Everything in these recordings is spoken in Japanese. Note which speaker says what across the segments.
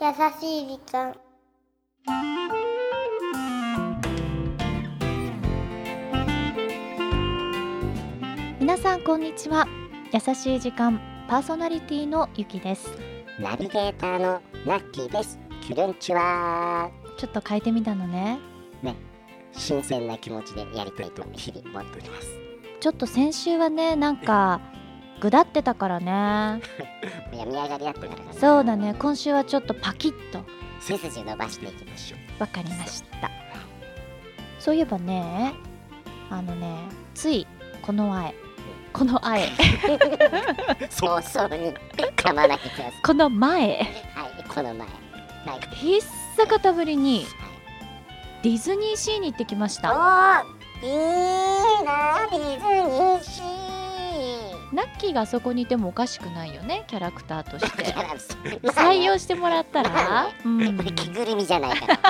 Speaker 1: 優しい時間
Speaker 2: 皆さんこんにちは優しい時間パーソナリティのゆきです
Speaker 3: ナビゲーターのラッキーです。キュレンチは
Speaker 2: ちょっと変えてみたのね
Speaker 3: 新鮮な気持ちでやりたいと日々思っております。
Speaker 2: ちょっと先週はねなんかぐだってたからね
Speaker 3: 病み上がりだったからかな
Speaker 2: そうだね。今週はちょっとパキッと
Speaker 3: 背筋伸ばしていきましょう。
Speaker 2: わかりましたそういえばねあのねついこの前この前
Speaker 3: 早々に噛まないでくださ
Speaker 2: この前
Speaker 3: い。はい、この前。はい。
Speaker 2: ひっさかたぶりにディズニーシーに行ってきました
Speaker 3: おーいいなディズニーシー。
Speaker 2: ナッキーがあそこにいてもおかしくないよねキャラクターとして
Speaker 3: キャラそう
Speaker 2: 採用してもらったら、うん
Speaker 3: 俺着ぐるみじゃないから。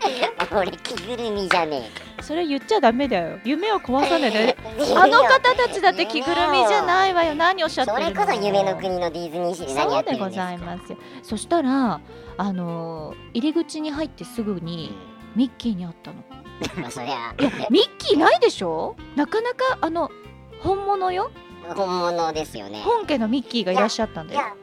Speaker 3: 俺着ぐるみじゃね
Speaker 2: それ言っちゃダメだよ夢を
Speaker 3: え
Speaker 2: 壊さないで
Speaker 3: か。
Speaker 2: あの方たちだって着ぐるみじゃ
Speaker 3: い。
Speaker 2: ないわよ何をおっしゃって
Speaker 3: そ
Speaker 2: るの
Speaker 3: れこそ夢の国のディズニーシーで何
Speaker 2: そ
Speaker 3: や
Speaker 2: う
Speaker 3: ってる
Speaker 2: でご
Speaker 3: んですか
Speaker 2: ざいますよそしたらあのー入り口に入ってすぐにミッキーに会ったの
Speaker 3: まあそりゃ
Speaker 2: いやミッキーないでしょなかなかあの本物よ
Speaker 3: 本物ですよね。
Speaker 2: 本家のミッキーがいらっしゃったん
Speaker 3: い
Speaker 2: だよ
Speaker 3: や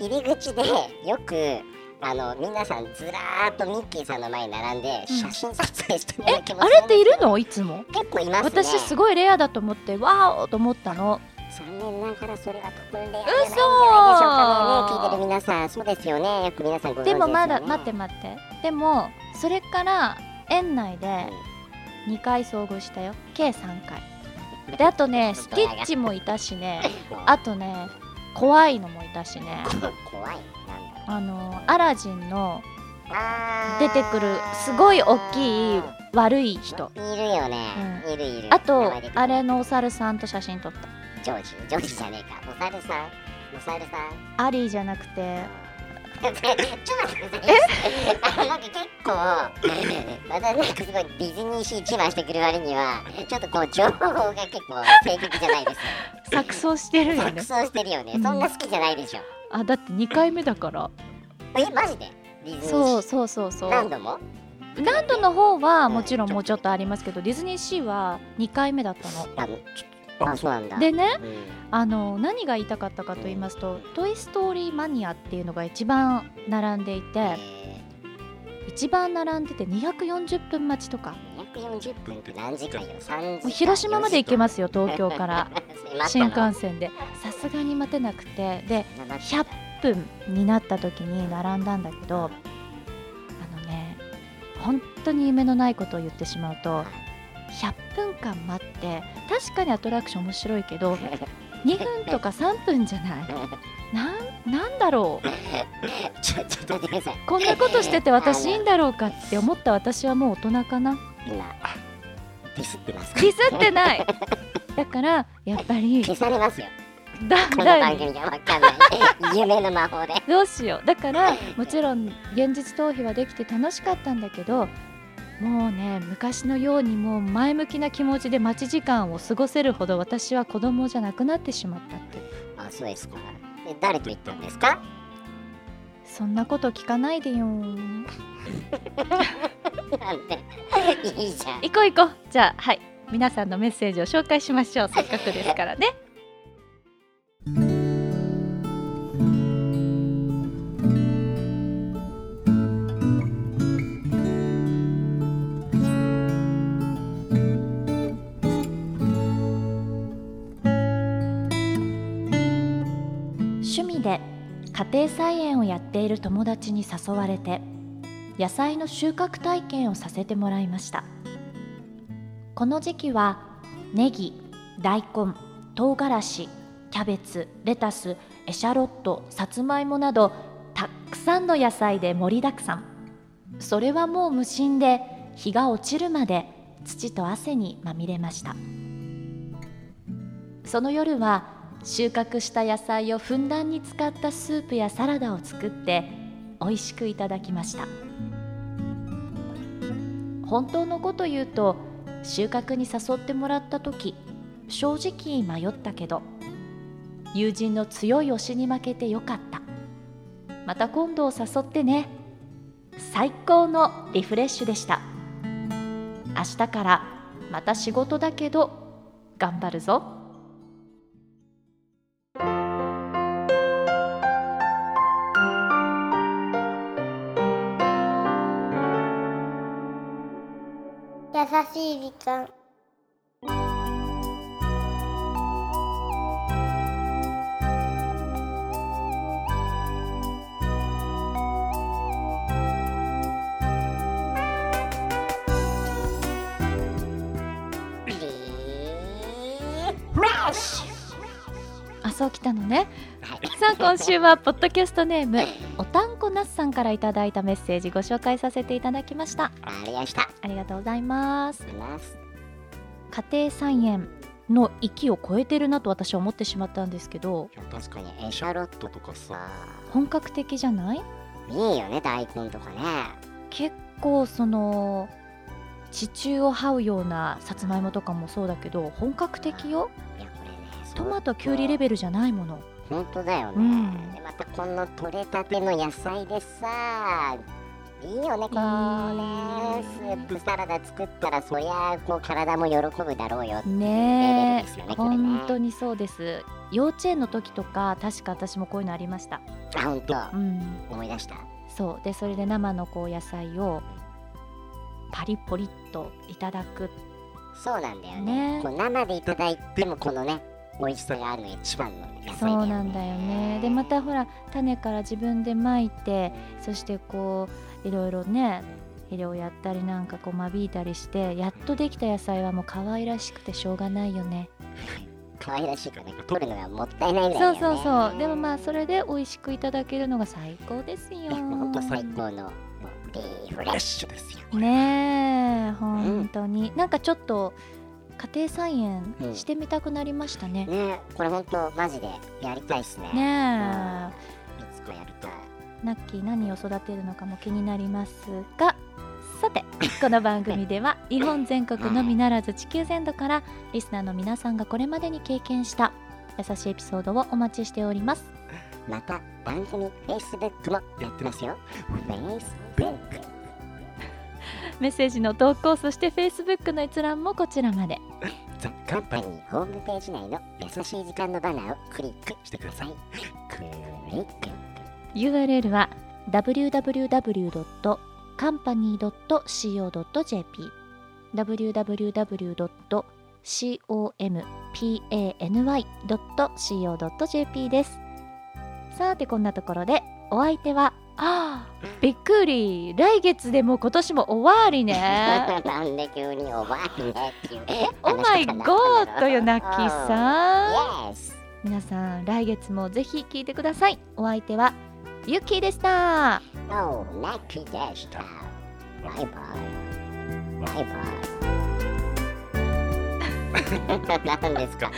Speaker 3: び入り口でよくあの皆さんずらーっとミッキーさんの前に並んで
Speaker 2: うん
Speaker 3: 写真撮影してる
Speaker 2: え
Speaker 3: だけも
Speaker 2: あれっているのいつも
Speaker 3: 結構いますね。
Speaker 2: 私すごいレアだと思ってわーおと思ったの
Speaker 3: 残念ながらそれは特にレアじゃないんじゃないでしょう
Speaker 2: 嘘ー
Speaker 3: かね。聞いてる皆さんそうですよね。よく皆さんご存知です
Speaker 2: で
Speaker 3: よね。
Speaker 2: もまだ待って待ってでもそれから園内で2回遭遇したよ計3回 であとねスティッチもいたしね
Speaker 3: あ
Speaker 2: あとね怖いのもいたしね
Speaker 3: 怖いなんだろう
Speaker 2: あのアラジンの
Speaker 3: あー
Speaker 2: 出てくるすごい大きい悪い人
Speaker 3: いるよね。いるいる。
Speaker 2: あ
Speaker 3: 名
Speaker 2: と
Speaker 3: 前出てこな
Speaker 2: あ
Speaker 3: い
Speaker 2: れのお猿さんと写真撮った
Speaker 3: ジョージジョージじゃねえか。お猿さんお猿さん。
Speaker 2: アリーじゃなくて
Speaker 3: ちょっと待ってください。あなんか結構、 またなんかすごいディズニーシー自慢してくる割には、ちょっとこう情報が結構正確じゃないです
Speaker 2: 錯綜してる
Speaker 3: よ。
Speaker 2: よ
Speaker 3: 錯
Speaker 2: ね
Speaker 3: 綜してるよね。そんな好きじゃないでしょ。
Speaker 2: あだって2回目だから
Speaker 3: え、マジでディズニーシー
Speaker 2: そうそうそうそう
Speaker 3: 何度も
Speaker 2: 何度の方はもちろんもうちょっとありますけどディズニーシーは2回目だったの
Speaker 3: あのちょあ、そうなんだ。
Speaker 2: でね
Speaker 3: うん、
Speaker 2: あの何が言いたかったかと言いますと「トイ・ストーリー・マニア」っていうのが一番並んでいて
Speaker 3: え
Speaker 2: 一番並んでて240分待ちとか
Speaker 3: ー、240分って何時間よ ?3 時間。
Speaker 2: 広島まで行けますよ東京から 新幹
Speaker 3: 線。
Speaker 2: 線でさすがに待てなくてで100
Speaker 3: 100
Speaker 2: 分になった時に並んだんだけどあのね本当に夢のないことを言ってしまうと100分間待って確かにアトラクション面白いけど2分とか3分じゃないなんなんだろう
Speaker 3: ちょちょっと待ってください。
Speaker 2: こんなことしてて私いいんだろうかって思った私はもう大人かな
Speaker 3: 今、あディスってますか
Speaker 2: ディスってないだからやっぱり
Speaker 3: 消されますよ。
Speaker 2: だ
Speaker 3: この
Speaker 2: だ
Speaker 3: 番組がわかんない夢の魔法で
Speaker 2: どうしようだからもちろん現実逃避はできて楽しかったんだけどもうね昔のようにもう前向きな気持ちで待ち時間を過ごせるほど私は子供じゃなくなってしまったって
Speaker 3: あそうですかえ誰と言ったんですか
Speaker 2: そんなこと聞かないでよ
Speaker 3: なんでいいじゃん
Speaker 2: 行こう行こうじゃあはい皆さんのメッセージを紹介しま しょうせっかくですからね趣味で家庭菜園をやっている友達に誘われて野菜の収穫体験をさせてもらいましたこの時期はネギ大根唐辛子キャベツレタスエシャロットさつまいもなどたくさんの野菜で盛りだくさんそれはもう無心で日が落ちるまで土と汗にまみれましたその夜は収穫した野菜をふんだんに使ったスープやサラダを作って美味しくいただきました本当のこと言うと収穫に誘ってもらった時正直迷ったけど友人の強い推しに負けてよかったまた今度を誘ってね最高のリフレッシュでした明日からまた仕事だけど頑張るぞ
Speaker 1: 優しい時間
Speaker 3: フラッシ
Speaker 2: あそう来たのね
Speaker 3: ュはい
Speaker 2: さあ今週はポッドキャストネームおたんこなすさんからいただいたメッセージご紹介させていただきました
Speaker 3: ありました
Speaker 2: ありがとうございます
Speaker 3: ラス
Speaker 2: 家庭菜園の域を超えてるなと私は思ってしまったんですけど
Speaker 4: いや確かにシャロットとかさ
Speaker 2: 本格的じゃない
Speaker 3: いいよね大根とかね
Speaker 2: 結構その地中を這うようなさつまいもとかもそうだけど本格的よ
Speaker 3: いやこれね
Speaker 2: トマトきゅうりレ
Speaker 3: ベ
Speaker 2: ベルじゃないもの
Speaker 3: 本当だよね、
Speaker 2: うん
Speaker 3: でまたこの取れたての野菜でさいいよねこうねスープサラダ作ったらそりゃもう体も喜ぶだろうよっていうレベル
Speaker 2: ね
Speaker 3: ですよね、
Speaker 2: え
Speaker 3: これね
Speaker 2: 本当にそうです幼稚園の時とか確か私もこういうのありました
Speaker 3: あ本当
Speaker 2: うん
Speaker 3: 思い出した
Speaker 2: そうでそれで生のこう野菜をパリポリっといただく
Speaker 3: そうなんだよね
Speaker 2: ね
Speaker 3: こう生でいただいてもこのね美味しさがあるのが一番の野菜だ
Speaker 2: そ
Speaker 3: よね
Speaker 2: うなんだよねでまたほら種から自分でまいてそしてこういろいろね肥料やったりなんかこう間引いたりしてやっとできた野菜はもう可愛らしくてしょうがないよね
Speaker 3: 可愛らしいからね取るのがもったいないぐらいだ
Speaker 2: そ
Speaker 3: よ
Speaker 2: う
Speaker 3: ね
Speaker 2: そうそうでもまあそれで美味しくいただけるのが最高です よ
Speaker 3: いやもう本当最高のもうリフレッシュですよ
Speaker 2: ねえ本当に、なんかちょっと家庭菜園
Speaker 3: うん
Speaker 2: してみたくなりましたね、
Speaker 3: ねこれ本当マジでやりたいっすね
Speaker 2: ねえ、
Speaker 3: いつかやりたい
Speaker 2: ナッキー何を育てるのかも気になりますがさ てこの番組では日本全国のみならず地球全土からリスナーの皆さんがこれまでに経験した優しいエピソードをお待ちしております
Speaker 3: また番組 Facebook もやってますよ Facebook
Speaker 2: メッセージの投稿そして Facebook の閲覧もこちらまで
Speaker 3: ザ・カンパニーホームページ内の優しい時間のバナーをクリックしてくださいクリック
Speaker 2: URL は www.company.co.jp www.company.co.jp ですさてこんなところでお相手はああびっくり来月でもう今年も終わり ね
Speaker 3: なんで急におば あねっていう
Speaker 2: オーマイゴーとよナッキーさん
Speaker 3: ん Yes
Speaker 2: 皆さん来月もぜひ聞いてくださいお相手はユッキーでした
Speaker 3: おナッキーでしたバイバイバイバイ何ですか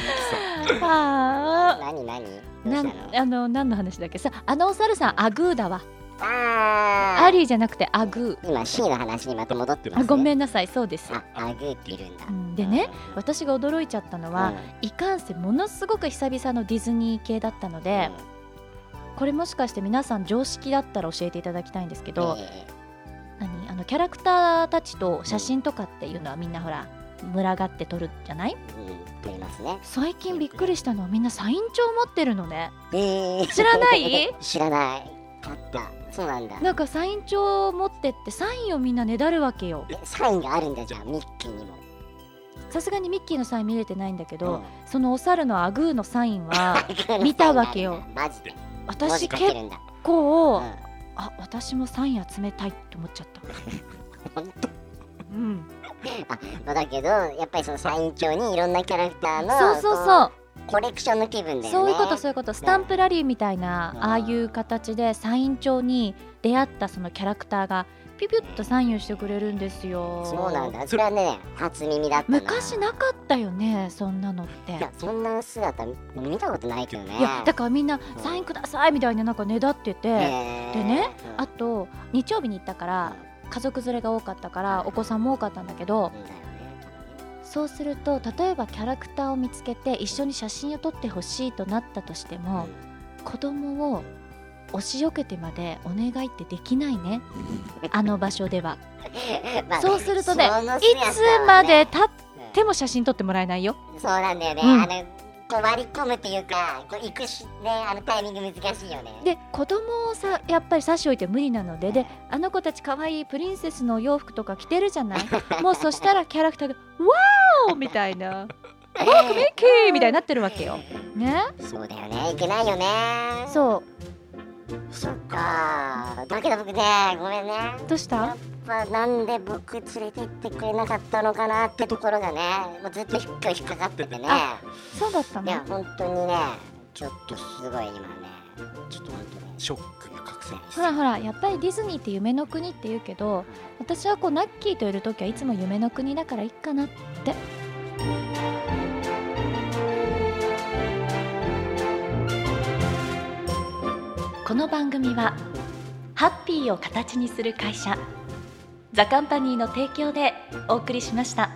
Speaker 2: あー
Speaker 3: 何何どう
Speaker 2: な
Speaker 3: した
Speaker 2: ん
Speaker 3: の
Speaker 2: あの何の話だっけさあのお猿さんアグーだわ
Speaker 3: あー
Speaker 2: アリーじゃなくてアグ
Speaker 3: 今 C の話にまた戻って
Speaker 2: ー
Speaker 3: ます、
Speaker 2: あ
Speaker 3: ね、
Speaker 2: ごめんなさいそうです
Speaker 3: あアグーっているんだ
Speaker 2: うんでね私が驚いちゃったのは、いかんせんものすごく久々のディズニー系だったの
Speaker 3: うん
Speaker 2: で、これもしかして皆さん常識だったら教えていただきたいんですけど、
Speaker 3: え
Speaker 2: 何あのキャラクターたちと写真とかっていうのはみんなほら群がって撮るじゃない
Speaker 3: ーうん撮りますね
Speaker 2: 最近びっくりしたのはみんなサイン帳持ってるのね
Speaker 3: えー
Speaker 2: 知らない
Speaker 3: 知らない買ったそうなんだ
Speaker 2: なんかサイン帳を持ってってサインをみんなねだるわけよ
Speaker 3: えサインがあるんだじゃあミッキーにも
Speaker 2: さすがにミッキーのサイン見れてないんだけど、
Speaker 3: ん
Speaker 2: そのお猿のアグーのサイン は見たわけよ
Speaker 3: マジで文字
Speaker 2: 私
Speaker 3: 書け
Speaker 2: 結
Speaker 3: るんだ
Speaker 2: 構、
Speaker 3: うん
Speaker 2: あ私もサイン集めたいって思っちゃった、
Speaker 3: 本当
Speaker 2: うん、
Speaker 3: まあだけどやっぱりそのサイン帳にいろんなキャラクター
Speaker 2: そ
Speaker 3: の
Speaker 2: うそうそう
Speaker 3: こうコレクションの気分だよね
Speaker 2: そういうことそういうことスタンプラリーみたいな、
Speaker 3: うん
Speaker 2: ああいう形でサイン帳に出会ったそのキャラクターがピュピュッとサインをしてくれるんですよ
Speaker 3: そうなんだそれはね初耳だったな
Speaker 2: 昔なかったよねそんなのって
Speaker 3: いやそんな姿見見たことないけどね
Speaker 2: いやだからみんな
Speaker 3: うん
Speaker 2: サインくださいみたいななんかねだってて、
Speaker 3: ね
Speaker 2: でね
Speaker 3: うん
Speaker 2: あと日曜日に行ったから家族連れが多かったからお子さんも多かったんだけど
Speaker 3: うんだよね
Speaker 2: そうすると例えばキャラクターを見つけて一緒に写真を撮ってほしいとなったとしても子供を押しよけてまでお願いってできないねあの場所では
Speaker 3: まあ
Speaker 2: そうするとね
Speaker 3: その
Speaker 2: い
Speaker 3: 姿はね
Speaker 2: つまで経っ
Speaker 3: うん
Speaker 2: ても写真撮ってもらえないよ
Speaker 3: そうなんだよね、
Speaker 2: うん
Speaker 3: あのこう割り込むっていうかこう行くしねあのタイミング難しいよね
Speaker 2: で子供をさやっぱり差し置いて無理なのでであの子たち可愛いプリンセスのお洋服とか着てるじゃない もうそしたらキャラクターが「ワーオ!」みたいな「ワークミッキー!」みたいになってるわけよ。ね
Speaker 3: そうだよねいけないよねう
Speaker 2: そ
Speaker 4: そっか
Speaker 3: かだけど僕ねごめんね
Speaker 2: うどうした
Speaker 3: やっぱなんで僕連れて行ってくれなかったのかなってところがねもうずっと引っか引っかかっててね
Speaker 2: そうだった
Speaker 3: いや
Speaker 2: の
Speaker 3: 本当にねちょっとすごい今ねちょっと本当ね
Speaker 4: ショックに覚醒
Speaker 2: ほらほらやっぱりディズニーって夢の国って言うけど私はこうナッキーといる時はいつも夢の国だからいいかなってこの番組はハッピーを形にする会社ザカンパニーの提供でお送りしました。